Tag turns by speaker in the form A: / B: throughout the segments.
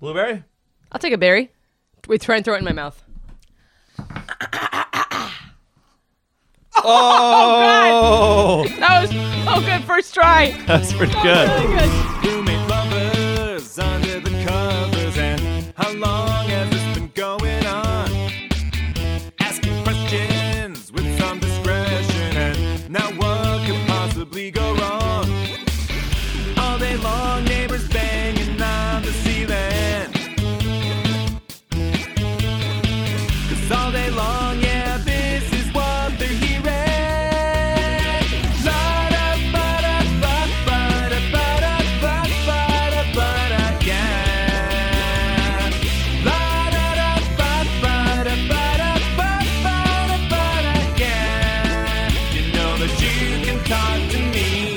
A: Blueberry?
B: I'll take a berry. Wait, try and throw it in my mouth.
A: Oh,
B: That was so good first try.
A: that's pretty good.
C: Roommate lovers under the covers, and how long has this been going on? Asking questions with some discretion, and now what could possibly go wrong? All day long, neighbors banging on the ceiling. 'Cause all day long, yeah, this is what they're hearing. Ba-da, ba-da, ba, ba-da, ba-da, ba, ba-da, ba-da, yeah. Ba-da-da, ba, ba-da, ba-da, ba, ba-da, ba-da, yeah. You know that you can talk to me.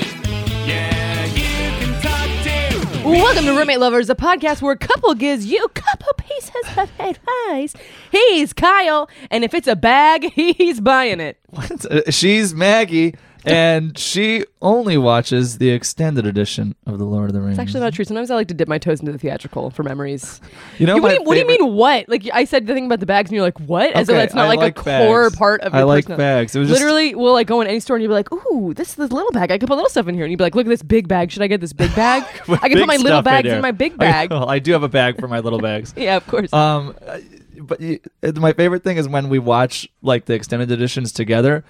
C: Yeah, you can talk to me.
B: Welcome to Roommate Lovers, a podcast where a couple gives you a couple pieces of advice. He's Kyle, and if it's a bag, he's buying it.
A: What? Uh, She's Maggie, and she only watches the extended edition of The Lord of the Rings.
B: Actually, not true. Sometimes I like to dip my toes into the theatrical for memories.
A: you know
B: You- what,
A: my
B: do you, what do you
A: favorite-
B: mean? What? Like I said, the thing about the bags, and you're like, what? As though
A: Okay,
B: that's not
A: I
B: like,
A: like
B: a core
A: bags.
B: part of
A: I
B: your
A: like
B: personal-
A: bags. It was just-
B: literally, we'll like go in any store and you'll be like, ooh, this is this little bag. I could put little stuff in here, and you'd be like, look at this big bag. Should I get this big bag? I can
A: Big
B: put my little
A: stuff
B: bags in,
A: there.
B: my big
A: Okay,
B: bag.
A: well, I do have a bag for my little bags.
B: yeah, of course.
A: Um, uh, but you, uh, my favorite thing is when we watch like the extended editions together,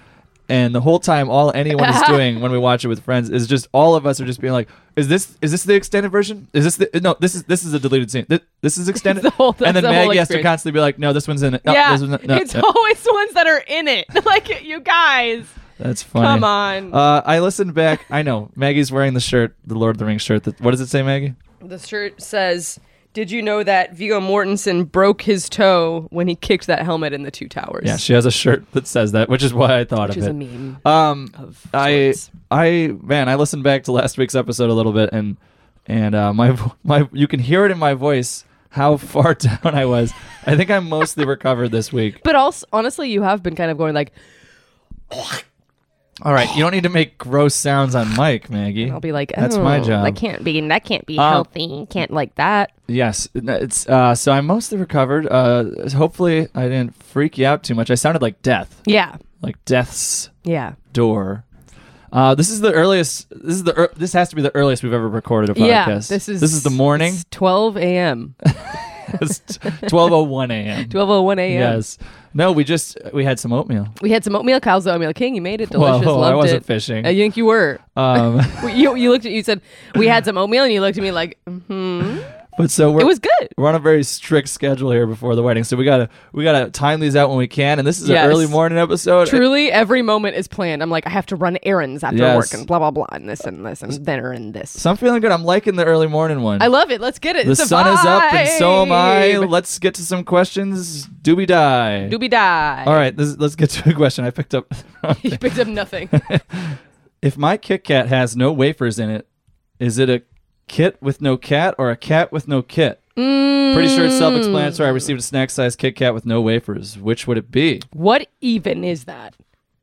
A: and the whole time all anyone is doing when we watch it with friends is just all of us are just being like, "Is this is this the extended version? Is this the no? This is this is a deleted scene. This, this is extended."
B: the whole-
A: and then
B: that's the whole
A: Maggie has to
B: experience.
A: constantly be like, "No, this one's in it. No,
B: yeah,
A: this one's no,
B: it's
A: no."
B: always the ones that are in it. like you guys,
A: that's funny."
B: come on.
A: Uh, I listened back. I know Maggie's wearing the shirt, the Lord of the Rings shirt. That, what does it say, Maggie?
B: the shirt says. Did you know that Vigo Mortensen broke his toe when he kicked that helmet in the Two Towers?
A: Yeah, she has a shirt that says that, which is why I thought
B: which
A: of
B: is
A: it.
B: a meme.
A: Um,
B: of
A: I,
B: sorts.
A: I, man, I listened back to last week's episode a little bit, and and uh, my vo- my, you can hear it in my voice how far down I was. I think I'm mostly recovered this week.
B: But also, honestly, you have been kind of going like,
A: All right, you don't need to make gross sounds on mic, Maggie.
B: I'll be like, oh,
A: that's my job.
B: That can't be, that can't be
A: Um,
B: healthy. Can't like that.
A: Yes, it- it's uh, so I'm mostly recovered. Uh, hopefully, I didn't freak you out too much. I sounded like death,
B: Yeah,
A: like death's
B: yeah,
A: door. Uh, this is the earliest. This is the. ear this has to be the earliest we've ever recorded a podcast.
B: yeah. This is
A: this is the morning.
B: it's 12 a.m.
A: It's twelve oh one a.m.
B: 12:01 a.m.
A: Yes. No, we just we had some oatmeal.
B: We had some oatmeal. Kyle's the oatmeal king. You made it delicious.
A: Whoa,
B: loved
A: I wasn't
B: it.
A: fishing.
B: I think you were.
A: Um,
B: you you looked at you said we had some oatmeal, and you looked at me like, hmm,
A: but so we're
B: it was good.
A: we're on a very strict schedule here before the wedding, so we gotta we gotta time these out when we can. And this is
B: Yes.
A: an early morning episode.
B: Truly, every moment is planned. I'm like, I have to run errands after
A: Yes.
B: work and blah blah blah, and this and this and dinner and this.
A: So I'm feeling good. I'm liking the early morning one.
B: I love it. Let's get it.
A: the
B: It's a
A: sun is up, and so am I.
B: vibe.
A: Let's get to some questions. Do we die?
B: Doobie die.
A: All right, this, let's get to a question. I picked up.
B: He picked up nothing.
A: if my Kit Kat has no wafers in it, is it a kit with no cat or a cat with no kit? Pretty sure it's self-explanatory. I
B: Mm.
A: received a snack-sized Kit Kat with no wafers. Which would it be?
B: what even is that?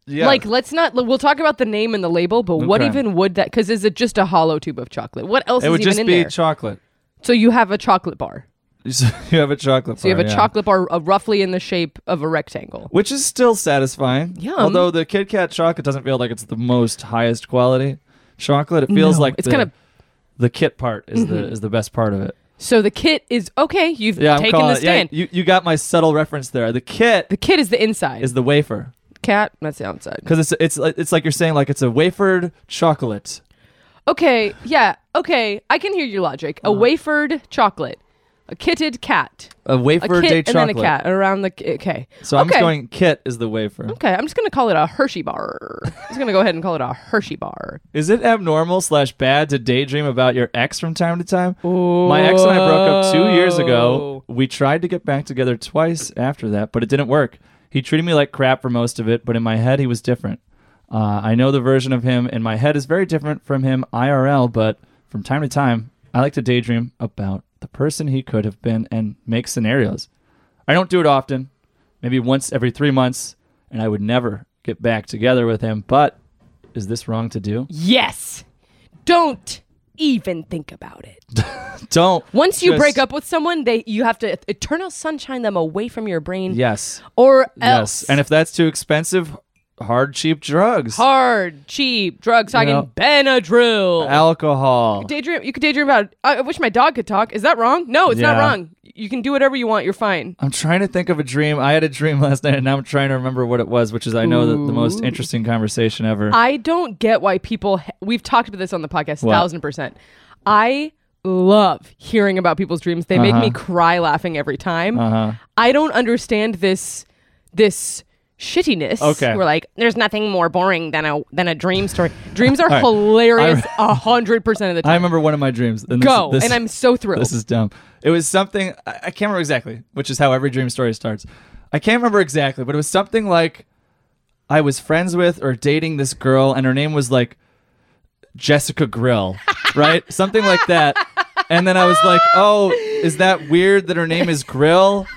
A: Yeah.
B: Like, let's not. We'll talk about the name and the label, but what
A: Okay.
B: even would that? Because is it just a hollow tube of chocolate? What else is
A: it would
B: even
A: just
B: in
A: be
B: there?
A: chocolate.
B: so you have a chocolate bar.
A: So you have a chocolate.
B: So you
A: bar,
B: have a
A: Oh, yeah.
B: chocolate bar uh, roughly in the shape of a rectangle.
A: which is still satisfying.
B: Yum.
A: Although the Kit Kat chocolate doesn't feel like it's the most highest quality chocolate. It feels
B: No,
A: like
B: it's
A: the,
B: kind of-
A: the kit part is the
B: Mm-hmm.
A: is the best part of it.
B: So the kit is okay. You've
A: Yeah, I'm
B: taken
A: calling
B: the
A: it- yeah,
B: stand.
A: you you got my subtle reference there. The kit
B: the kit is the inside.
A: is the wafer.
B: cat? That's the outside.
A: Because it's it's like- it's like you're saying like it's a wafered chocolate.
B: Okay. Yeah. Okay. I can hear your logic. A
A: Uh-huh.
B: wafered chocolate, a kitted cat,
A: A
B: a
A: wafer
B: kit,
A: day
B: and
A: chocolate.
B: then a cat around the. Okay.
A: So I'm just
B: Okay.
A: going kit is the wafer.
B: Okay, I'm just gonna call it a Hershey bar. I'm just gonna go ahead and call it a Hershey bar.
A: Is it abnormal slash bad to daydream about your ex from time to time? My ex and I broke up two years ago. We tried to get back together twice after that, but it didn't work. He treated me like crap for most of it, but in my head he was different. Uh, I know the version of him in my head is very different from him IRL, but from time to time I like to daydream about the person he could have been and make scenarios. I don't do it often, maybe once every three months, and I would never get back together with him. But is this wrong to do?
B: Yes, don't even think about it.
A: Don't.
B: Once you
A: just-
B: break up with someone, they you have to eternal sunshine them away from your brain.
A: Yes.
B: Or else.
A: Yes. And if that's too expensive, hard, cheap drugs,
B: hard, cheap drugs talking
A: know. Uh,
B: Benadryl.
A: alcohol.
B: daydream you could daydream about I, I wish my dog could talk. Is that wrong? No, it's not
A: Yeah.
B: wrong. You can do whatever you want. You're fine.
A: I'm trying to think of a dream. I had a dream last night, and now I'm trying to remember what it was, which is I know the, the most interesting conversation ever.
B: I don't get why people. ha- We've talked about this on the podcast,
A: What?
B: thousand percent. I love hearing about people's dreams. They make
A: Uh-huh.
B: me cry laughing every time. I don't understand this. This shittiness.
A: Okay.
B: we're like, there's nothing more boring than a than a dream story. Dreams are
A: right.
B: hilarious a hundred percent of the
A: I
B: time.
A: remember one of my dreams. And this,
B: Go,
A: this-
B: and I'm so thrilled.
A: This is dumb. It was something I, I can't remember exactly, which is how every dream story starts. I can't remember exactly, but it was something like I was friends with or dating this girl, and her name was like Jessica Grill, right? Something like that. And then I was like, "Oh, is that weird that her name is Grill?"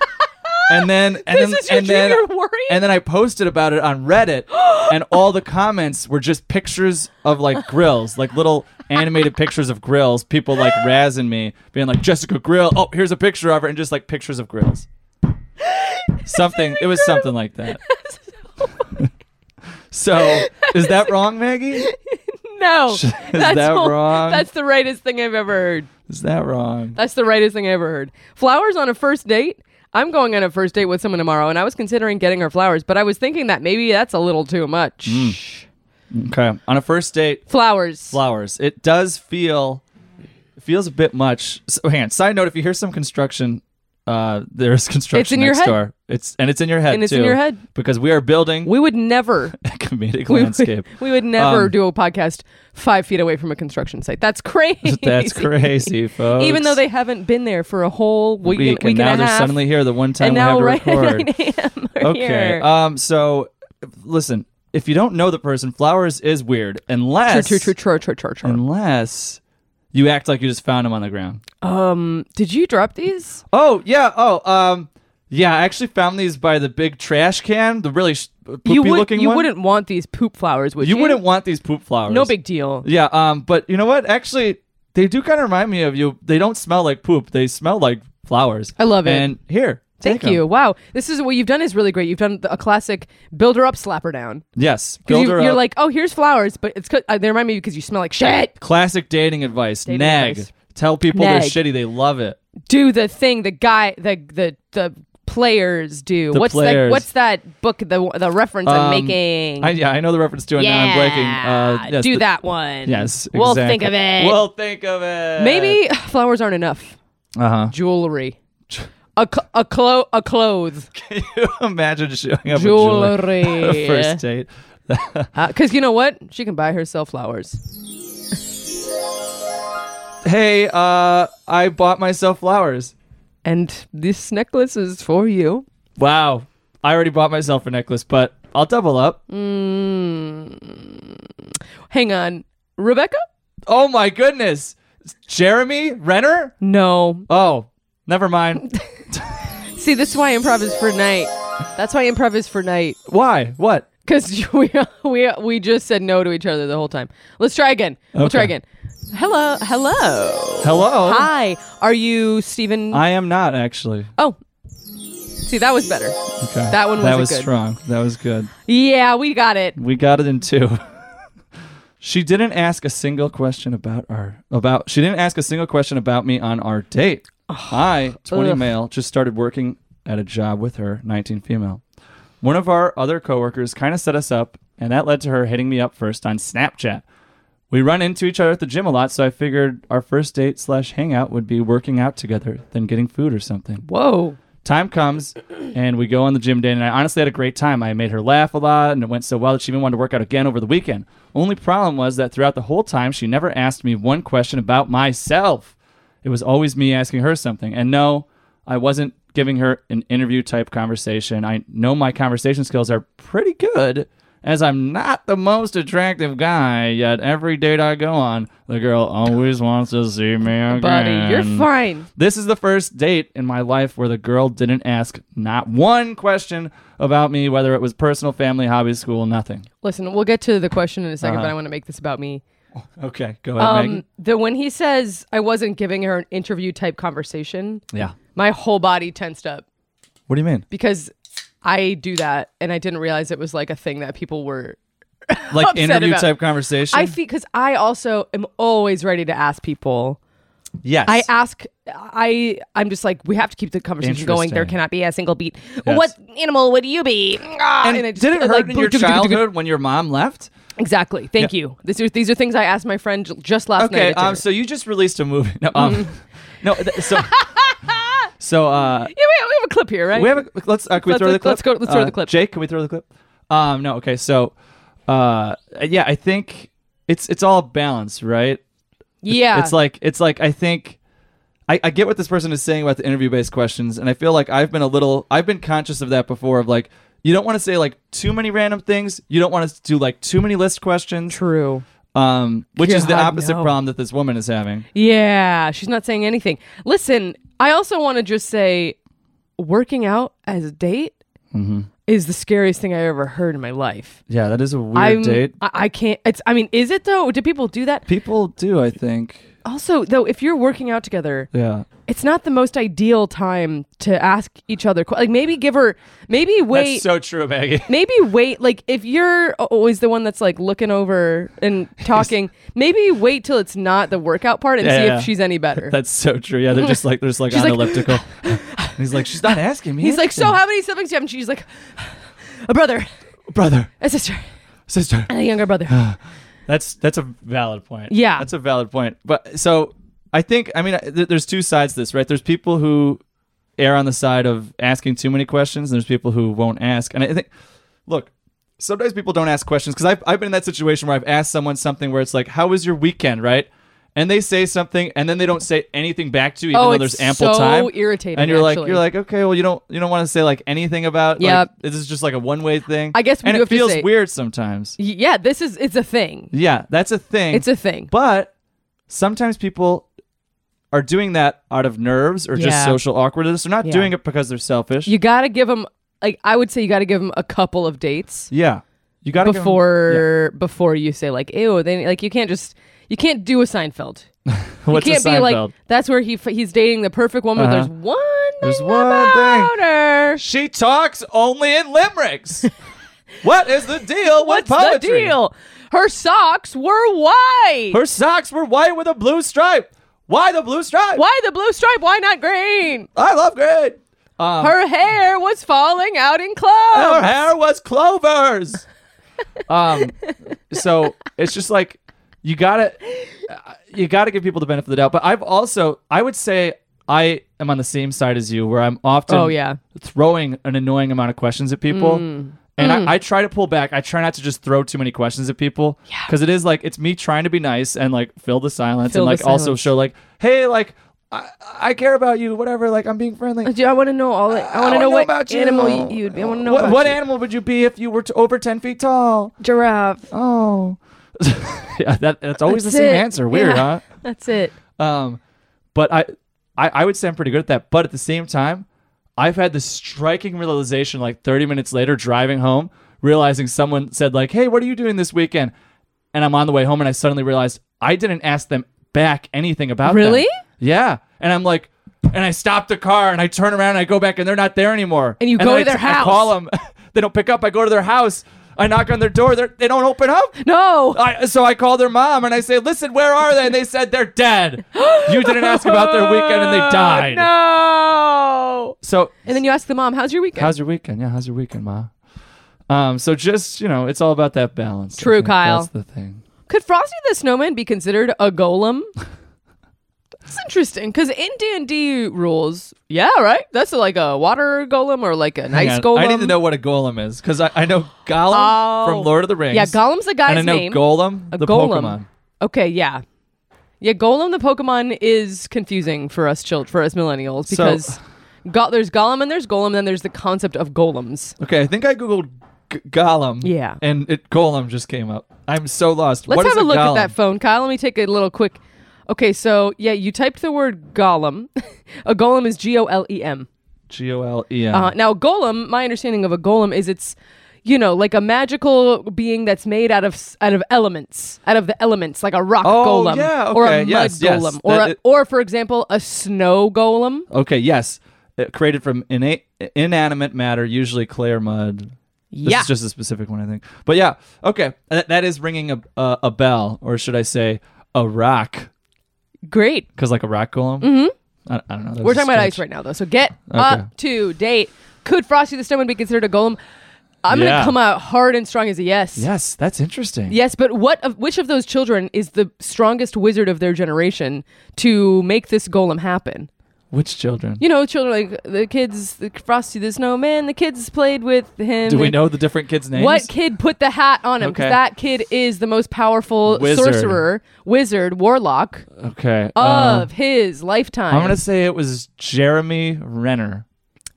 A: And then, and
B: This
A: then,
B: is your
A: and
B: dream,
A: then,
B: you're worried?
A: and then I posted about it on Reddit, and all the comments were just pictures of like grills, like little animated pictures of grills. People like razzing me, being like Jessica Grill. Oh, here's a picture of her, and just like pictures of grills. Something. It was something like that. so, is that wrong, Maggie?
B: no,
A: Is that
B: all-
A: wrong?
B: That's the rightest thing I've ever heard.
A: Is that wrong?
B: That's the rightest thing I ever heard. Flowers on a first date. I'm going on a first date with someone tomorrow, and I was considering getting her flowers, but I was thinking that maybe that's a little too much.
A: Mm. Okay. On a first date,
B: Flowers.
A: flowers. It does feel it feels a bit much. So, hang on. Side note: If you hear some construction, uh, there's construction
B: It's in your
A: next
B: head.
A: door. It's and it's in your head
B: And it's
A: too.
B: in your head.
A: because we are building
B: we would never.
A: a comedic
B: We would,
A: landscape.
B: we would never
A: Um,
B: do a podcast five feet away from a construction site. That's crazy.
A: That's crazy, folks.
B: Even though they haven't been there for a whole week,
A: week, and now
B: and a
A: they're
B: half,
A: suddenly here. The one time
B: and
A: we
B: now
A: had to
B: right
A: record.
B: at 9 a.m. we're
A: okay.
B: here.
A: Um. So, listen. If you don't know the person, flowers is weird unless
B: True, true, true, true, true, true.
A: Mm. unless you act like you just found him on the ground.
B: Um, did you drop these?
A: Oh yeah. Oh um. Yeah, I actually found these by the big trash can, the really sh- poopy
B: you would,
A: looking
B: you
A: one.
B: wouldn't want these poop flowers, would you?
A: You wouldn't want these poop flowers.
B: No big deal.
A: Yeah. Um. But you know what? Actually, they do kind of remind me of you. They don't smell like poop. They smell like flowers.
B: I love it.
A: And here.
B: Thank
A: take 'em.
B: you. Wow, this is what you've done is really great. You've done a classic builder up, slapper down.
A: Yes.
B: 'Cause
A: Build
B: you,
A: her
B: you're
A: up.
B: like, oh, here's flowers, but it's 'cause- uh, they remind me because you smell like shit.
A: classic dating advice.
B: Dating
A: Nag.
B: advice.
A: Tell people
B: Nag.
A: they're shitty. They love it.
B: Do the thing the guy the the the players do.
A: The
B: what's that?
A: players.
B: What's that book? The the reference
A: Um,
B: I'm making.
A: I, yeah, I know the reference to it. Now I'm blanking. Uh, yes,
B: do
A: the-
B: that one.
A: Yes.
B: we'll
A: exactly.
B: think of it.
A: We'll think of it.
B: Maybe flowers aren't enough.
A: Uh huh.
B: Jewelry. A, cl- a, clo- a clothes,
A: Can you imagine showing up with
B: jewelry,
A: jewelry? First date.
B: because you know what? She can buy herself flowers.
A: Hey, uh, I bought myself flowers.
B: and this necklace is for you.
A: Wow. I already bought myself a necklace, but I'll double up.
B: Hang on, Rebecca?
A: Oh my goodness. Jeremy Renner?
B: No.
A: Oh, never mind.
B: See, this is why improv is for night. That's why improv is for night.
A: Why? What?
B: Because we we we just said no to each other the whole time. Let's try again. We'll try
A: Okay.
B: again. Hello, hello.
A: Hello.
B: Hi. Are you Stephen?
A: I am not actually.
B: oh. See, that was better.
A: Okay.
B: That one
A: That
B: was
A: was
B: good.
A: strong. That was good.
B: Yeah, we got it.
A: We got it in two. she didn't ask a single question about our about she didn't ask a single question about me on our date. I, 20
B: Ugh.
A: male, just started working at a job with her, 19 female. One of our other coworkers kind of set us up, and that led to her hitting me up first on Snapchat. We run into each other at the gym a lot, so I figured our first date slash hangout would be working out together, then getting food or something
B: Whoa.
A: time comes and we go on the gym day and i honestly had a great time i made her laugh a lot and it went so well that she even wanted to work out again over the weekend only problem was that throughout the whole time she never asked me one question about myself it was always me asking her something and no i wasn't giving her an interview type conversation i know my conversation skills are pretty good as i'm not the most attractive guy yet every date i go on the girl always wants to see me again
B: Buddy, you're fine.
A: this is the first date in my life where the girl didn't ask not one question about me, whether it was personal, family, hobby, school, nothing.
B: Listen, we'll get to the question in a 2nd
A: Uh-huh.
B: but I want to make this about me.
A: Okay, go ahead,
B: Um,
A: Megan.
B: the when he says I wasn't giving her an interview type conversation,
A: Yeah.
B: my whole body tensed up
A: What do you mean?
B: because I do that, and I didn't realize it was like a thing that people were.
A: Like
B: upset
A: interview
B: about-
A: type conversation?
B: I feel because I also am always ready to ask people.
A: yes.
B: I ask. I I'm just like we have to keep the conversation going. There
A: Interesting.
B: cannot be a single beat.
A: Yes.
B: What animal would you be? Ah,
A: and
B: I
A: did it hurt
B: like,
A: in your childhood when your mom left?
B: Exactly. Thank you. This is, these are things I asked my friend j- just last night.
A: Okay,
B: at dinner.
A: um, so you just released a movie. No, um,
B: Mm-hmm.
A: no th- so, so uh,
B: yeah, we, we have a clip here, right?
A: we have a, let's, uh, can we
B: Let's-
A: throw the
B: let's-
A: clip?
B: let's go- let's throw
A: Uh,
B: the clip.
A: Jake, can we throw the clip? Um, no, okay, so, uh, yeah, I think it's, it's all balance, right?
B: yeah.
A: It's like it's like I think I, I get what this person is saying about the interview based questions, and I feel like I've been a little I've been conscious of that before of like you don't want to say like too many random things. You don't want to do like too many list questions.
B: true.
A: Um which is the
B: God,
A: opposite
B: no.
A: problem that this woman is having.
B: Yeah, she's not saying anything. Listen, I also want to just say, working out as a date
A: Mm-hmm.
B: is the scariest thing I ever heard in my life.
A: Yeah, that is a weird
B: I'm,
A: date.
B: I, I can't. It's. I mean, is it though? Do people do that?
A: People do, I think.
B: Also, though, if you're working out together,
A: Yeah.
B: it's not the most ideal time to ask each other. que- Like maybe give her, maybe wait.
A: so true, Maggie.
B: Maybe wait, like if you're always the one that's like looking over and talking, maybe wait till it's not the workout part and
A: Yeah,
B: see
A: yeah.
B: if she's any better.
A: That's so true. Yeah, they're just like they're just like
B: She's
A: on
B: like-
A: elliptical. He's like, She's not asking me.
B: He's like, so
A: anything."
B: how many siblings do you have? And she's like, a brother,
A: brother,
B: a sister,
A: sister.
B: and a younger brother.
A: That's that's a valid point.
B: Yeah.
A: that's a valid point. But so I think I mean uh, th- there's two sides to this, right? There's people who err on the side of asking too many questions, and there's people who won't ask. And I think, look, sometimes people don't ask questions because I've I've been in that situation where I've asked someone something where it's like, "How was your weekend?" Right? And they say something, and then they don't say anything back to you, even
B: Oh,
A: though
B: it's
A: there's ample
B: so
A: time.
B: irritating,
A: And you're like,
B: actually.
A: you're like, okay, well, you don't you don't want to say like anything about. Yeah,
B: Yep.
A: this is just like a one way thing.
B: I guess we
A: and
B: do
A: it
B: have to
A: feels
B: say-
A: weird sometimes.
B: Y- yeah, this is it's a thing.
A: Yeah, that's a thing.
B: It's a thing.
A: But sometimes people are doing that out of nerves or just
B: Yeah.
A: social awkwardness. They're not
B: Yeah.
A: doing it because they're selfish.
B: You gotta give them, like I would say, you gotta give them a couple of dates
A: yeah. You got to
B: before before you say like, ew. Then like you can't just you can't do a Seinfeld.
A: What's
B: you
A: a
B: can't be
A: Seinfeld?
B: like that's where he f- he's dating the perfect woman.
A: Uh-huh.
B: There's one.
A: There's
B: thing
A: one
B: about
A: thing.
B: her.
A: She talks only in limericks. what is the deal
B: What's
A: with
B: the
A: poetry?
B: deal? Her socks were white.
A: Her socks were white with a blue stripe. Why the blue stripe?
B: Why the blue stripe? Why not green?
A: I love green. Um,
B: Her hair was falling out in
A: her
B: clubs.
A: hair was clovers. um, so it's just like you gotta uh, you gotta give people the benefit of the doubt. But I've also I would say I am on the same side as you, where I'm often
B: Oh, yeah. Mm.
A: throwing an annoying amount of questions at people. And I, I try to pull back. I try not to just throw too many questions at people because it is like it's me trying to be nice and like fill the silence
B: Fill
A: and
B: the
A: like also
B: silence.
A: show like, hey, like I, I care about you, whatever. Like I'm being friendly.
B: Do- I want to know all. I, I want to
A: wanna
B: know what
A: about you.
B: animal you- you'd be. I want to know
A: what,
B: about
A: what
B: you.
A: animal would you be if you were t- over ten feet tall?
B: giraffe.
A: Oh, yeah, that, that's always
B: That's
A: the same
B: it.
A: answer. Weird,
B: Yeah. That's it.
A: huh? Um, but I, I, I would say I'm pretty good at that. But at the same time, I've had this striking realization like 30 minutes later driving home, realizing someone said like, "Hey, what are you doing this weekend?" And I'm on the way home, and I suddenly realized I didn't ask them back anything about them.
B: Really?
A: Yeah, and I'm like. And I stop the car and I turn around and I go back and they're not there anymore.
B: And you go
A: then
B: to
A: I-
B: their
A: I
B: house.
A: call them. They don't pick up. I go to their house. I knock on their door. They're, they don't open up.
B: No.
A: I, so I call their mom and I say, "Listen, where are they?" And they said they're dead. You didn't ask about their weekend and they died.
B: No.
A: So
B: And then you ask the mom, "How's your weekend?"
A: how's your weekend? Yeah, how's your weekend, ma? Um, so just you know, it's all about that balance. I
B: True,
A: think
B: Kyle.
A: That's the thing.
B: Could Frosty the Snowman be considered a golem? That's interesting because in D and D rules, yeah, right. That's like a water golem or like an
A: Hang
B: ice
A: on,
B: golem.
A: I need to know what a golem is because I, I know Gollum
B: Oh.
A: from Lord of the Rings.
B: Yeah, Gollum's a guy's
A: and I know
B: name.
A: Golem,
B: a
A: the
B: golem.
A: Pokemon.
B: Okay, yeah. Yeah, Golem the Pokemon is confusing for us children, for us millennials because go- there's Golem and there's Golem, and then there's the concept of golems.
A: Okay, I think I googled g- Gollum.
B: Yeah.
A: and it Golem just came up. I'm so lost.
B: Let's
A: What is
B: have a look
A: golem?
B: at that phone, Kyle. Let me take a little quick. Okay, so yeah, you typed the word Golem. a Golem is G O L E M.
A: G O L E M.
B: Uh-huh. Uh, now, Golem, my understanding of a Golem is it's you know, like a magical being that's made out of s- out of elements, out of the elements, like a rock
A: Oh,
B: golem
A: yeah,
B: or a
A: okay,
B: mud
A: yes, yes.
B: golem or
A: That
B: a,
A: it-
B: or for example, a snow golem.
A: Okay, yes. Uh, created from innate, inanimate matter, usually clay or mud. This
B: Yeah.
A: is just a specific one, I think. But yeah, okay. Uh, That, that is ringing a, a, a bell, or should I say a rock?
B: Great.
A: Because, like, a rock golem? Mm-hmm. I, I don't know. That
B: We're
A: was a
B: talking about ice
A: stretch.
B: right now, though. So get up to date. Could Frosty the Snowman be considered a golem? I'm
A: Yeah.
B: gonna come out hard and strong as a yes.
A: Yes, that's interesting.
B: Yes, but what of which of those children is the strongest wizard of their generation to make this golem happen?
A: Which children?
B: You know, children like the kids, the Frosty the Snowman. The kids played with him.
A: Do we
B: and-
A: know the different kids' names?
B: What kid put the hat on him? 'Cause
A: Okay.
B: that kid is the most powerful
A: Wizard.
B: sorcerer, wizard, warlock
A: Okay. uh,
B: of his lifetime.
A: I'm going to say it was Jeremy Renner.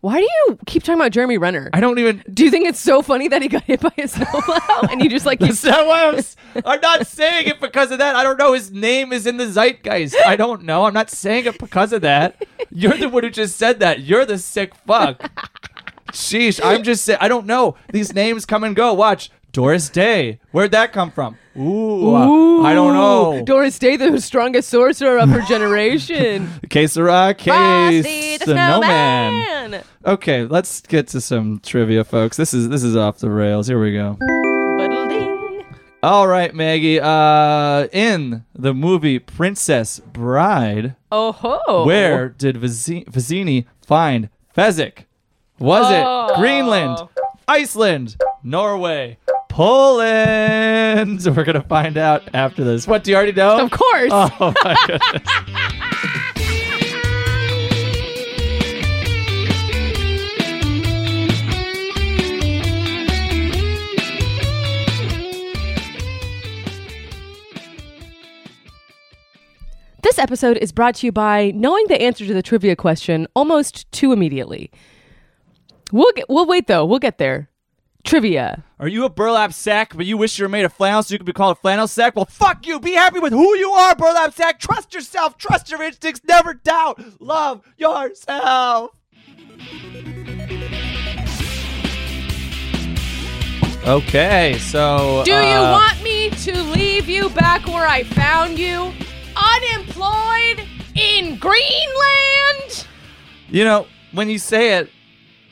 B: Why do you keep talking about Jeremy Renner?
A: I don't even.
B: Do you think it's so funny that he got hit by a snowplow and you just like
A: That's
B: he's
A: not why I'm, s- I'm not saying it because of that. I don't know. His name is in the zeitgeist. I don't know. I'm not saying it because of that. You're the one who just said that. You're the sick fuck. Sheesh. I'm just saying. I don't know. These names come and go. Watch. Doris Day. Where'd that come from? Ooh. Uh, I don't know.
B: Doris Day, the strongest sorcerer of her generation.
A: Case Sarah,
B: Frosty
A: case the snowman. Okay, let's get to some trivia, folks. This is this is off the rails. Here we go.
B: Ba-da-ding.
A: All right, Maggie. Uh, in the movie Princess Bride,
B: Oh ho!
A: where did Vizi- Vizzini find Fezzik? Was
B: Oh.
A: it Greenland, Iceland, Norway, Poland? We're gonna find out after this. What do you already know?
B: Of course.
A: Oh my goodness.
B: This episode is brought to you by knowing the answer to the trivia question almost too immediately. We'll get, we'll wait though. We'll get there. Trivia.
A: Are you a burlap sack, but you wish you were made of flannel so you could be called a flannel sack? Well, fuck you. Be happy with who you are, burlap sack. Trust yourself. Trust your instincts. Never doubt. Love yourself. Okay, so. uh,
B: Do you want me to leave you back where I found you? Unemployed in Greenland?
A: You know, when you say it,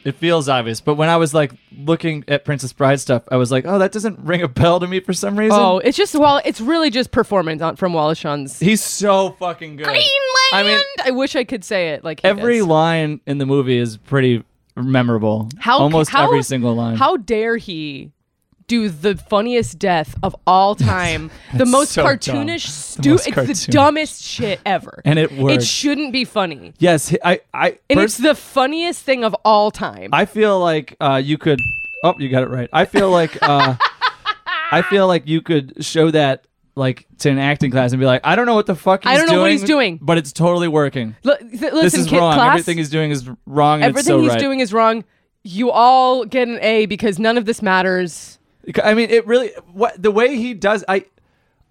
A: it feels obvious. But when I was like looking at Princess Bride stuff, I was like, oh, that doesn't ring a bell to me for some reason.
B: Oh, it's just well, it's really just performance on, from Wallace Shawn's
A: he's so fucking good.
B: Greenland.
A: I mean-
B: I wish I could say it like he
A: Every
B: does.
A: line in the movie is pretty memorable.
B: How-
A: almost
B: how-
A: every single line.
B: How dare he do the funniest death of all time? the most
A: so dumb.
B: cartoonish,
A: The
B: stu-
A: most
B: It's
A: cartoonish.
B: the dumbest shit ever.
A: And it
B: It
A: worked.
B: shouldn't be funny.
A: yes, he- I I
B: And
A: pers-
B: it's the funniest thing of all time.
A: I feel like uh, you could. Oh, you got it right. I feel like uh, I feel like you could show that like to an acting class and be like, I don't know what the fuck. He's
B: I don't know what he's doing."
A: but it's totally working.
B: L- th- listen,
A: this is
B: kid
A: wrong.
B: class.
A: Everything he's doing is wrong. And
B: everything
A: it's so
B: he's
A: right.
B: doing is wrong. You all get an A because none of this matters.
A: I mean, it really what the way he does. I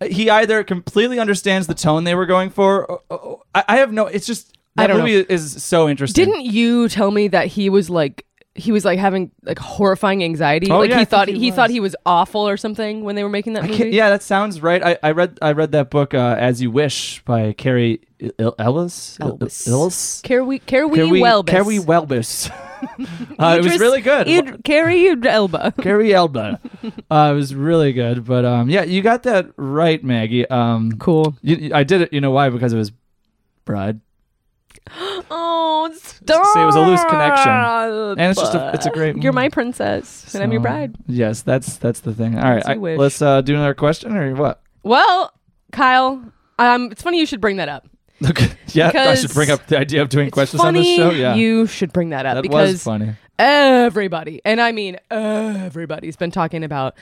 A: he either completely understands the tone they were going for. Or, or- I, I have no. It's just that
B: I don't
A: movie is so interesting.
B: Didn't you tell me that he was like he was like having like horrifying anxiety?
A: Oh,
B: like
A: yeah, I
B: he
A: think
B: thought
A: he
B: he, thought
A: was.
B: he was awful or something when they were making that
A: I
B: movie.
A: can't- yeah, that sounds right. I, I read I read that book uh, As You Wish by Carrie I- Il- Ellis. I-
B: Elwes.
A: Ellis.
B: Carrie Carrie
A: Carrie
B: Welbus.
A: Carrie Welbus. uh, it was
B: Idris-
A: really good.
B: Id- Carrie Id- Elba.
A: Carrie Elba. Uh, it was really good. But um, yeah, you got that right, Maggie. Um,
B: Cool.
A: you- you- I did it. You know why? Because it was Bride.
B: Oh, stop.
A: it was a loose connection. And it's just a- it's a great
B: You're
A: movie.
B: my princess, and I'm your
A: So,
B: bride.
A: Yes, that's that's the thing. All right,
B: you
A: I-
B: wish.
A: let's uh, do another question or what?
B: Well, Kyle, um, it's funny you should bring that up.
A: Okay. yeah, I should
B: Because
A: bring up the idea of doing questions on
B: funny
A: this show. Yeah,
B: you should bring that up
A: that
B: because
A: was funny.
B: everybody, and I mean everybody's been talking about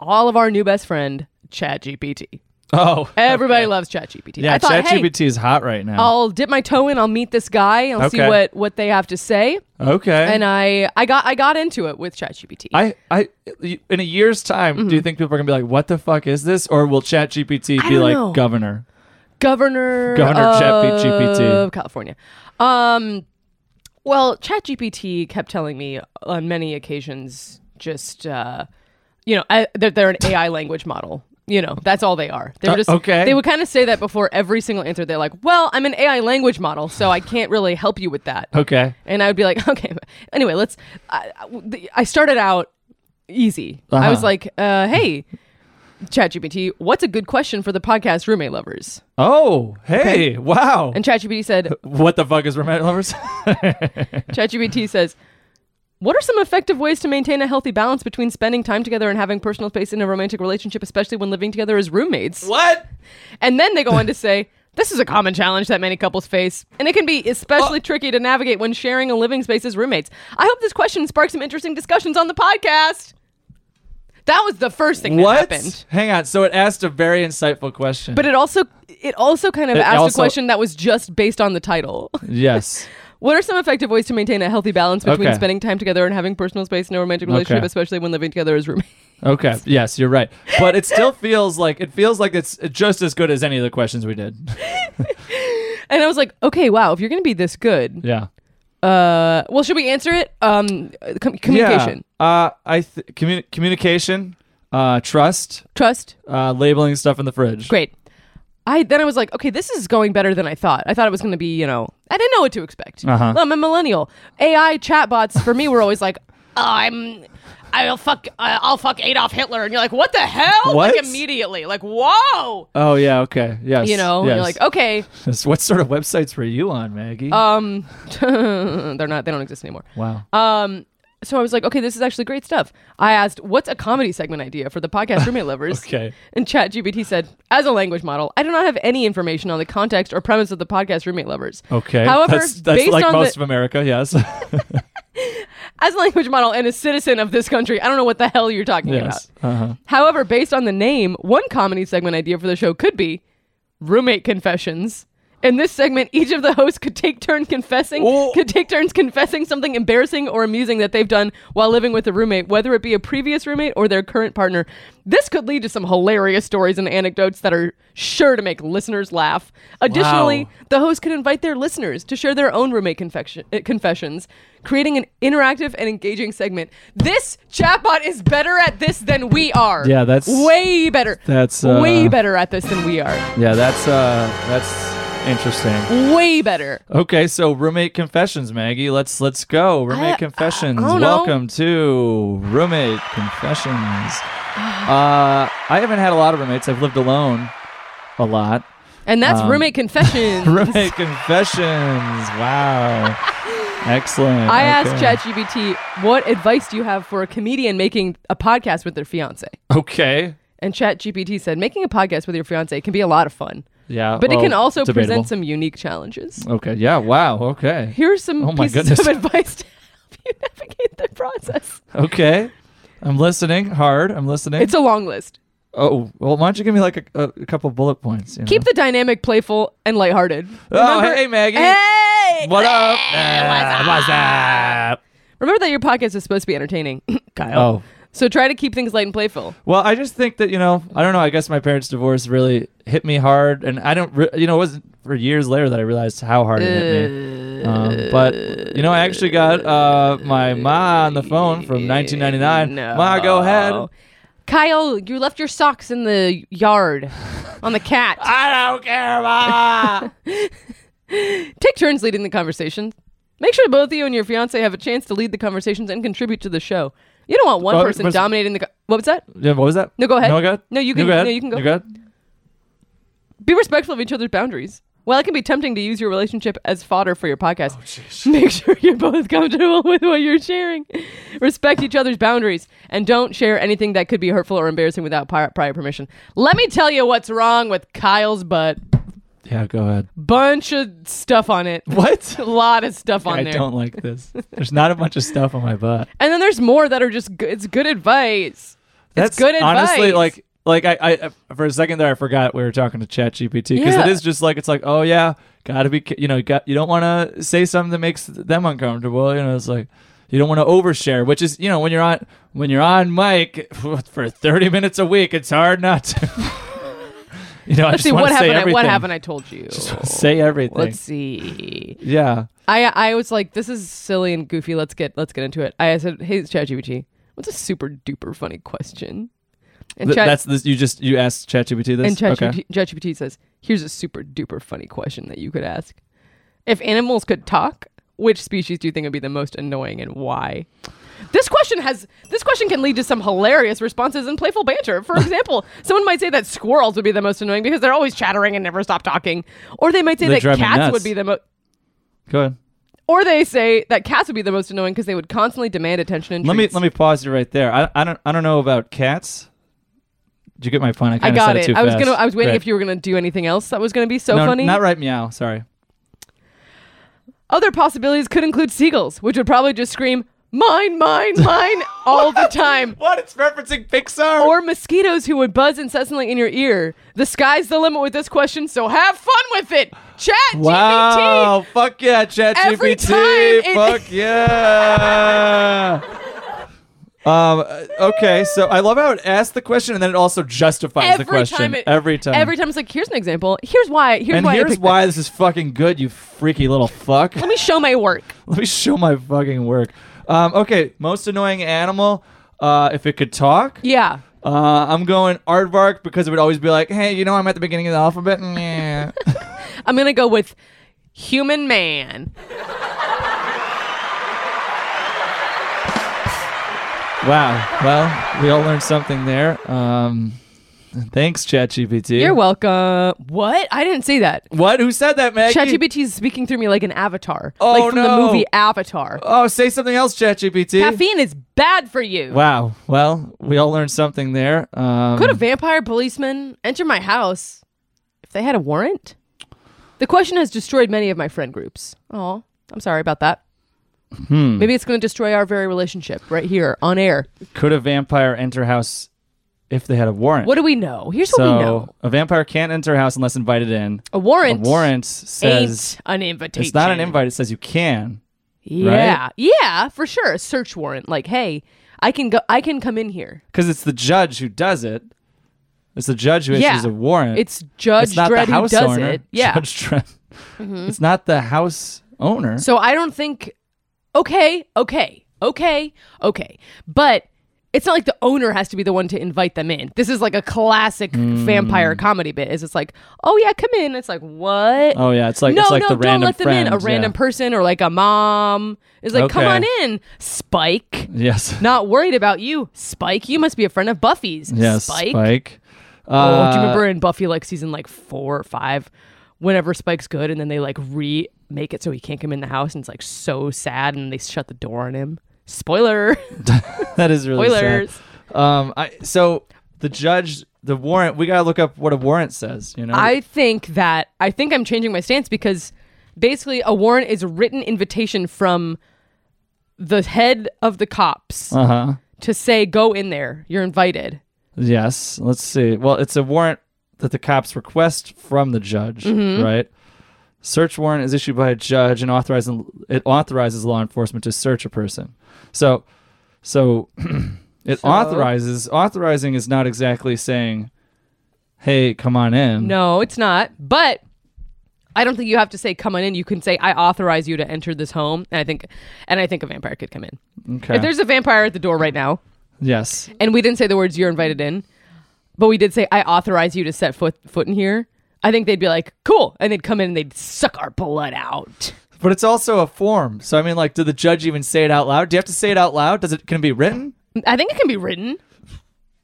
B: all of our new best friend, ChatGPT.
A: Oh,
B: Everybody loves ChatGPT.
A: yeah,
B: I thought, hey,
A: ChatGPT is hot right now.
B: I'll dip my toe in. I'll meet this guy. I'll see
A: Okay.
B: what what they have to say.
A: okay,
B: And I I got I got into it with ChatGPT.
A: I, I, in a year's time, do you think people are gonna be like, "What the fuck is this?" Or will ChatGPT
B: Mm-hmm. I
A: be
B: don't
A: like
B: know.
A: governor?
B: Governor
A: Governor
B: of
A: ChatGPT.
B: California. Um, well, ChatGPT kept telling me on many occasions just uh, you know, I, they're, they're an AI language model. You know, that's all they are. They're
A: Uh,
B: just
A: okay.
B: They would kind of say that before every single answer. They're like, "Well, I'm an AI language model, so I can't really help you with that."
A: Okay.
B: And I would be like, okay. but Anyway, let's. I, I- the- I started out easy. I
A: Uh-huh.
B: was like, uh, hey, ChatGPT, what's a good question for the podcast roommate lovers?
A: Oh, hey, wow.
B: And ChatGPT said,
A: what the fuck is roommate lovers?
B: ChatGPT says, what are some effective ways to maintain a healthy balance between spending time together and having personal space in a romantic relationship, especially when living together as roommates?
A: what?
B: And then they go on to say, this is a common challenge that many couples face, and it can be
A: Uh.
B: especially tricky to navigate when sharing a living space as roommates. I hope this question sparks some interesting discussions on the podcast. That was the first thing
A: What?
B: that happened.
A: Hang on. So it asked a very insightful question.
B: But it also it also kind of
A: It
B: asked
A: also-
B: a question that was just based on the title.
A: yes.
B: what are some effective ways to maintain a healthy balance between
A: Okay.
B: spending time together and having personal space in a romantic relationship,
A: Okay.
B: especially when living together as roommates?
A: Okay. Yes, you're right. But it still feels like it feels like it's just as good as any of the questions we did.
B: And I was like, okay, wow, if you're going to be this good,
A: yeah.
B: uh, well, should we answer it? Um, com- communication,
A: Yeah. Uh, I th- communi- communication, uh, trust,
B: trust,
A: uh, labeling stuff in the fridge.
B: Great. I then I was like, okay, this is going better than I thought. I thought it was going to be, you know, I didn't know what to expect.
A: Uh-huh.
B: I'm a millennial. AI chatbots for me were always like, oh, I'm, I'll fuck, uh, I'll fuck Adolf Hitler, and you're like, what the hell?
A: What?
B: Like immediately, like whoa,
A: Oh yeah. Okay. Yes.
B: you know, and
A: yes.
B: you're like, oh. okay,
A: Yes. What sort of websites were you on, Maggie?
B: um, they're not, they don't exist anymore.
A: wow.
B: Um, so I was like, okay, this is actually great stuff. I asked, what's a comedy segment idea for the podcast Roommate Lovers?
A: Okay.
B: And ChatGPT said, as a language model, I do not have any information on the context or premise of the podcast Roommate Lovers.
A: okay.
B: However,
A: that's, that's
B: based
A: like
B: on
A: most
B: the,
A: of America. Yes.
B: as a language model and a citizen of this country, I don't know what the hell you're talking
A: yes.
B: about.
A: Uh-huh.
B: However, based on the name, one comedy segment idea for the show could be roommate confessions. In this segment, each of the hosts could take turn confessing,
A: Oh.
B: could take turns confessing something embarrassing or amusing that they've done while living with a roommate, whether it be a previous roommate or their current partner. This could lead to some hilarious stories and anecdotes that are sure to make listeners laugh. Additionally,
A: Wow.
B: the host could invite their listeners to share their own roommate confection- uh, confessions, creating an interactive and engaging segment. This chatbot is better at this than we are.
A: Yeah, that's-
B: way better.
A: that's, uh,
B: way better at this than we are.
A: Yeah. That's uh. That's interesting.
B: Way better.
A: Okay. So roommate confessions, Maggie. Let's let's go. Roommate
B: I-
A: confessions.
B: I don't know.
A: Welcome to roommate confessions. Uh, I haven't had a lot of roommates. I've lived alone a lot.
B: And that's
A: Um,
B: roommate confession.
A: Roommate confessions. Wow. Excellent.
B: I
A: Okay.
B: asked ChatGPT, "What advice do you have for a comedian making a podcast with their fiance?"
A: Okay.
B: And ChatGPT said, "Making a podcast with your fiance can be a lot of fun,
A: Yeah.
B: but
A: well,
B: it can also
A: Oh, debatable.
B: present some unique challenges."
A: Okay. Yeah. Wow. Okay.
B: Here's some
A: Oh my
B: pieces
A: goodness.
B: of advice to help you navigate the process.
A: Okay. I'm listening hard. I'm listening.
B: It's a long list.
A: oh well. Why don't you give me like a, a, a couple bullet points? You
B: Keep
A: know?
B: the dynamic playful and lighthearted.
A: Oh,
B: Remember-
A: hey, Maggie.
B: Hey!
A: What up?
B: Hey, what's
A: up?
B: Remember that your podcast is supposed to be entertaining, Kyle.
A: Oh.
B: So try to keep things light and playful.
A: Well, I just think that you know, I don't know. I guess my parents' divorce really hit me hard, and I don't, re- you know, it wasn't for years later that I realized how hard it hit me. Um, but you know, I actually got uh, my ma on the phone from 1999. Ma, go ahead.
B: Kyle, you left your socks in the yard on the cat.
A: I don't care, ma.
B: Take turns leading the conversation. Make sure both you and your fiance have a chance to lead the conversations and contribute to the show. You don't want one
A: Oh,
B: person
A: but-
B: dominating the. Co- what was that?
A: yeah, what was that?
B: No, go ahead.
A: No, go ahead.
B: No, you can-
A: go ahead.
B: no, you can go.
A: You go ahead.
B: Be respectful of each other's boundaries. While it can be tempting to use your relationship as fodder for your podcast, make sure you're both comfortable with what you're sharing. Respect each other's boundaries and don't share anything that could be hurtful or embarrassing without pri- prior permission. Let me tell you what's wrong with Kyle's butt.
A: Yeah, go ahead.
B: Bunch of stuff on it.
A: What?
B: A lot of stuff on
A: I
B: there.
A: don't like this. There's not a bunch of stuff on my butt.
B: And then there's more that are just good. It's good advice.
A: That's
B: good
A: Honestly,
B: advice.
A: like, like I, I, for a second there, I forgot we were talking to ChatGPT because
B: Yeah.
A: it is just like it's like, oh yeah, gotta be, ca- you know, you got you don't want to say something that makes them uncomfortable. You know, it's like you don't want to overshare, which is, you know, when you're on when you're on mic for 30 minutes a week, it's hard not to. you know, I
B: Let's
A: just
B: see
A: want
B: what
A: to
B: happened.
A: say
B: I,
A: everything.
B: what happened? I told you.
A: Say everything.
B: Let's see.
A: yeah.
B: I I was like, this is silly and goofy. Let's get let's get into it. I said, hey, ChatGPT, What's a super duper funny question? And
A: Th-
B: Chat-
A: that's this. You just you asked ChatGPT this.
B: and ChatGPT
A: Okay.
B: ChatGPT says, "Here's a super duper funny question that you could ask: If animals could talk, which species do you think would be the most annoying, and why?" This question has this question can lead to some hilarious responses and playful banter. For example, someone might say that squirrels would be the most annoying because they're always chattering and never stop talking, or they might say
A: They
B: that
A: drive me
B: cats
A: nuts.
B: would be the most.
A: Go ahead.
B: Or they say that cats would be the most annoying because they would constantly demand attention and
A: Let me
B: treats.
A: let me pause you right there. I, I don't I don't know about cats. Did you get my point? I,
B: I
A: kinda
B: got
A: said
B: it.
A: too
B: I was
A: fast.
B: gonna. I was waiting
A: Great.
B: if you were gonna do anything else that was gonna be so
A: no,
B: funny.
A: Not right meow. Sorry.
B: Other possibilities could include seagulls, which would probably just scream, mine, mine, mine, all the time.
A: What? It's referencing Pixar.
B: Or mosquitoes who would buzz incessantly in your ear. The sky's the limit with this question, so have fun with it. Chat GPT.
A: Wow! Fuck yeah,
B: Every
A: ChatGPT!
B: time it-
A: Fuck yeah! um. Okay, so I love how it asks the question and then it also justifies the question
B: it-
A: every time.
B: Every time it's like, here's an example. Here's why. Here's
A: And
B: why. I
A: here's
B: picked
A: why
B: that.
A: this is fucking good, you freaky little fuck.
B: Let me show my work.
A: Let me show my fucking work. Um, okay, most annoying animal. Uh, if it could talk,
B: Yeah.
A: uh, I'm going aardvark because it would always be like, "Hey, you know, I'm at the beginning of the alphabet." Nyeh.
B: I'm going to go with human man.
A: Wow. Well, we all learned something there. Um, thanks, ChatGPT.
B: You're welcome. What? I didn't say that.
A: What? Who said that, Maggie?
B: ChatGPT is speaking through me like an avatar.
A: Oh,
B: like from the
A: no.
B: movie Avatar.
A: Oh, say something else, ChatGPT.
B: Caffeine is bad for you.
A: Wow. Well, we all learned something there. Um,
B: Could a vampire policeman enter my house if they had a warrant? The question has destroyed many of my friend groups. Oh, I'm sorry about that.
A: Hmm.
B: Maybe it's going to destroy our very relationship right here on air.
A: could a vampire enter house if they had a warrant?
B: What do we know? Here's
A: so,
B: what we know.
A: a vampire can't enter house unless invited in.
B: A
A: A
B: warrant,
A: warrant says
B: ain't an invitation.
A: it's not an invite. It says you can.
B: Yeah. Yeah, for sure. A search warrant like, "Hey, I can go I can come in here."
A: Because it's the judge who does it. It's the judge who
B: Yeah.
A: issues a warrant.
B: It's Judge
A: it's not
B: Dredd
A: the house
B: who does
A: owner.
B: it. Yeah. Mm-hmm.
A: Judge Dredd. It's not the house owner.
B: So I don't think. Okay, okay, okay, okay. But it's not like the owner has to be the one to invite them in. This is like a classic
A: Mm.
B: vampire comedy bit. Is it's like, oh yeah, come in. It's like what?
A: oh yeah, it's like
B: no,
A: it's like
B: no,
A: the
B: don't
A: random
B: let them
A: friend.
B: in. A random
A: yeah.
B: person or like a mom is like, come
A: Okay.
B: on in, Spike.
A: Yes.
B: Not worried about you, Spike. You must be a friend of Buffy's.
A: yes.
B: Spike.
A: Spike.
B: Oh, do you
A: Uh,
B: remember in Buffy like season like four or five, whenever Spike's good and then they like remake it so he can't come in the house and it's like so sad and they shut the door on him. Spoiler.
A: that is really sad.
B: Spoilers.
A: Um, I so the judge, the warrant. We gotta look up what a warrant says. You know.
B: I think that I think I'm changing my stance because basically a warrant is a written invitation from the head of the cops
A: Uh huh.
B: to say go in there. You're invited.
A: Yes. Let's see. Well, it's a warrant that the cops request from the judge,
B: Mm-hmm.
A: right? Search warrant is issued by a judge and authorizing it authorizes law enforcement to search a person. So, so it authorizes. Authorizing is not exactly saying, "Hey, come on in."
B: No, it's not. But I don't think you have to say come on in. You can say I authorize you to enter this home. And I think and I think a vampire could come in.
A: Okay.
B: If there's a vampire at the door right now,
A: yes.
B: and we didn't say the words "you're invited in," but we did say "I authorize you to set foot foot in here," I think they'd be like, "Cool," and they'd come in and they'd suck our blood out.
A: But it's also a form. So I mean, like, did the judge even say it out loud? Do you have to say it out loud? Does it can it be written?
B: I think it can be written.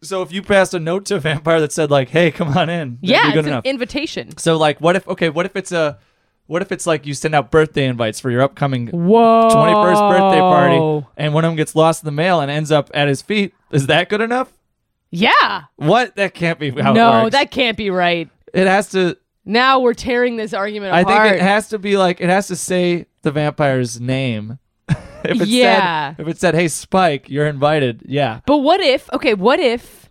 A: So if you passed a note to a vampire that said like, "Hey, come on in," that'd be
B: yeah,
A: good
B: it's
A: enough.
B: an invitation.
A: So like, what if? Okay, what if it's a, what if it's like you send out birthday invites for your upcoming
B: Whoa,
A: twenty first birthday party, and one of them gets lost in the mail and ends up at his feet? Is that good enough?
B: Yeah,
A: What? That can't be how it
B: no,
A: works.
B: that can't be right.
A: it has to.
B: Now we're tearing this argument
A: I think
B: apart.
A: it has to be like it has to say the vampire's name. if it
B: Yeah.
A: Said, if it said, "Hey Spike, you're invited," yeah.
B: But what if, okay, what if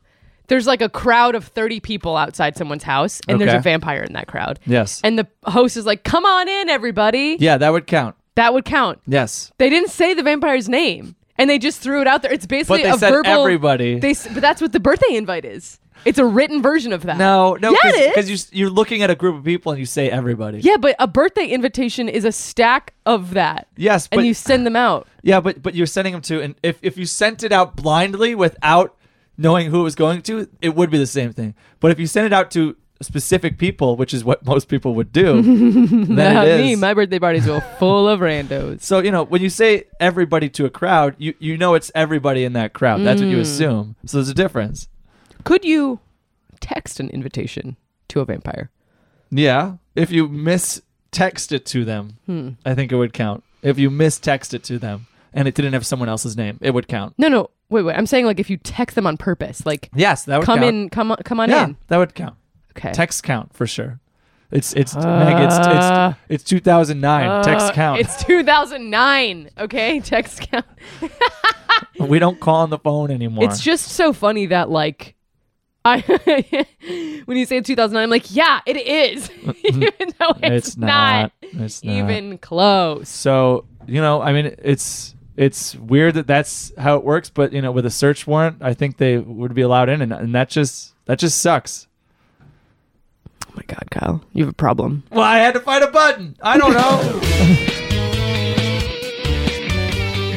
B: there's like a crowd of 30 people outside someone's house and there's
A: Okay.
B: a vampire in that crowd?
A: Yes.
B: And the host is like, come on in, everybody.
A: yeah, that would count.
B: That would count.
A: Yes.
B: They didn't say the vampire's name and they just threw it out there. It's
A: But
B: basically
A: they
B: a
A: said
B: verbal.
A: everybody.
B: They, s- but that's what the birthday invite is. It's a written version of that.
A: No, no,
B: Yeah, it
A: because
B: is.
A: you s- you're looking at a group of people and you say everybody.
B: Yeah, but a birthday invitation is a stack of that.
A: Yes,
B: And
A: but-
B: you send them out.
A: Yeah, but but you're sending them to, and if if you sent it out blindly without knowing who it was going to, it would be the same thing. But if you send it out to specific people, which is what most people would do, then
B: Not
A: it is.
B: me. My birthday parties were full of randos.
A: so you know when you say everybody to a crowd, you you know it's everybody in that crowd. That's
B: Mm.
A: what you assume. So there's a difference.
B: Could you text an invitation to a vampire?
A: Yeah, if you mistext it to them,
B: Hmm.
A: I think it would count. If you mistext it to them and it didn't have someone else's name, it would count.
B: No, no. Wait, wait. I'm saying like if you text them on purpose, like
A: Yes, that would
B: come
A: count.
B: in, come on, come on
A: yeah,
B: in.
A: that would count.
B: Okay.
A: Text count for sure. It's it's Meg, it's
B: Uh,
A: it's it's 2009
B: Uh,
A: text count.
B: It's 2009. Okay, text count.
A: we don't call on the phone anymore.
B: It's just so funny that like I when you say 2009 I'm like, yeah, it is. even though it's,
A: It's not. It's not.
B: even close.
A: so you know, I mean, it's it's weird that that's how it works, but you know, with a search warrant, I think they would be allowed in, and, and that just that just sucks.
B: Oh my god, Kyle. You have a problem.
A: Well, I had to find a button. I don't know.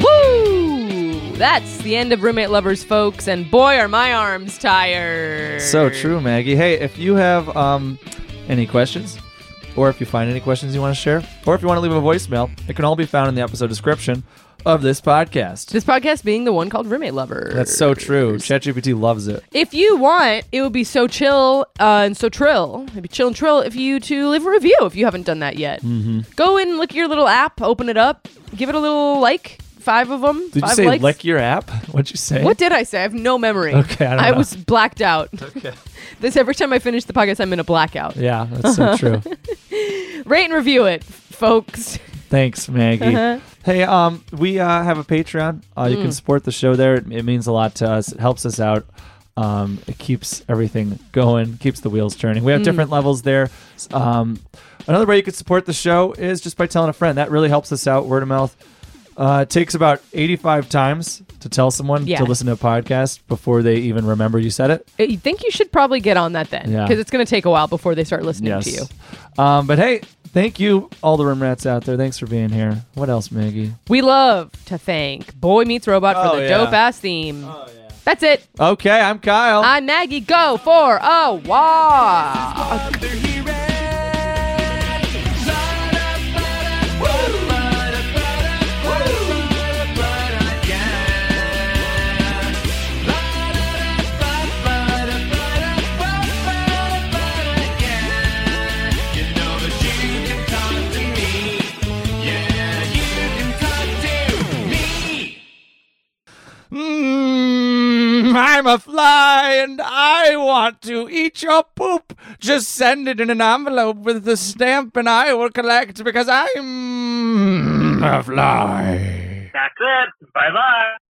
B: Woo! That's the end of roommate lovers folks and boy are my arms tired.
A: so true, Maggie. Hey, if you have um, any questions, or if you find any questions you want to share, or if you want to leave a voicemail, it can all be found in the episode description of this podcast.
B: This podcast being the one called Roommate Lover.
A: That's so true. ChatGPT loves it.
B: If you want, it would be so chill uh, and so trill. It'd be chill and trill if you to leave a review if you haven't done that yet. Mm-hmm. Go and look at your little app, open it up, give it a little like, five of them.
A: Did
B: five
A: you say
B: likes.
A: lick your app? What'd you say?
B: What did I say? I have no memory.
A: Okay, I don't know.
B: was blacked out.
A: Okay.
B: This every time I finish the podcast, I'm in a blackout.
A: Yeah, that's so true.
B: Rate and review it, folks.
A: Thanks, Maggie.
B: Uh-huh.
A: Hey, um, we uh, have a Patreon. Uh, you can
B: Mm.
A: support the show there. It, it means a lot to us. It helps us out. Um, it keeps everything going, keeps the wheels turning. We
B: Mm.
A: have different levels there. S- Um, another way you could support the show is just by telling a friend. That really helps us out. Word of mouth. Uh, it takes about 85 times to tell someone
B: Yeah.
A: to listen to a podcast before they even remember you said it.
B: I think you should probably get on that then,
A: Yeah.
B: because it's going to take a while before they start listening to you.
A: Um, but hey, thank you, all the room rats out there. Thanks for being here. What else, Maggie?
B: We love to thank Boy Meets Robot for
A: Oh,
B: the
A: yeah. Oh,
B: dope ass theme. That's it.
A: Okay, I'm Kyle.
B: I'm Maggie. Go for a walk.
C: Under he ran. Ba-da-ba-da, woo, ba-da-ba-da, woo, ba-da-ba-da, yeah. Ba-da-da-ba, ba-da-ba-da, woo, ba-da-ba-da, yeah. You know that you can talk to me. Yeah, you can talk to me.
A: Mm, I'm a fly and I want to eat your poop. Just send it in an envelope with the stamp and I will collect because I'm a fly.
D: That's it. Bye bye.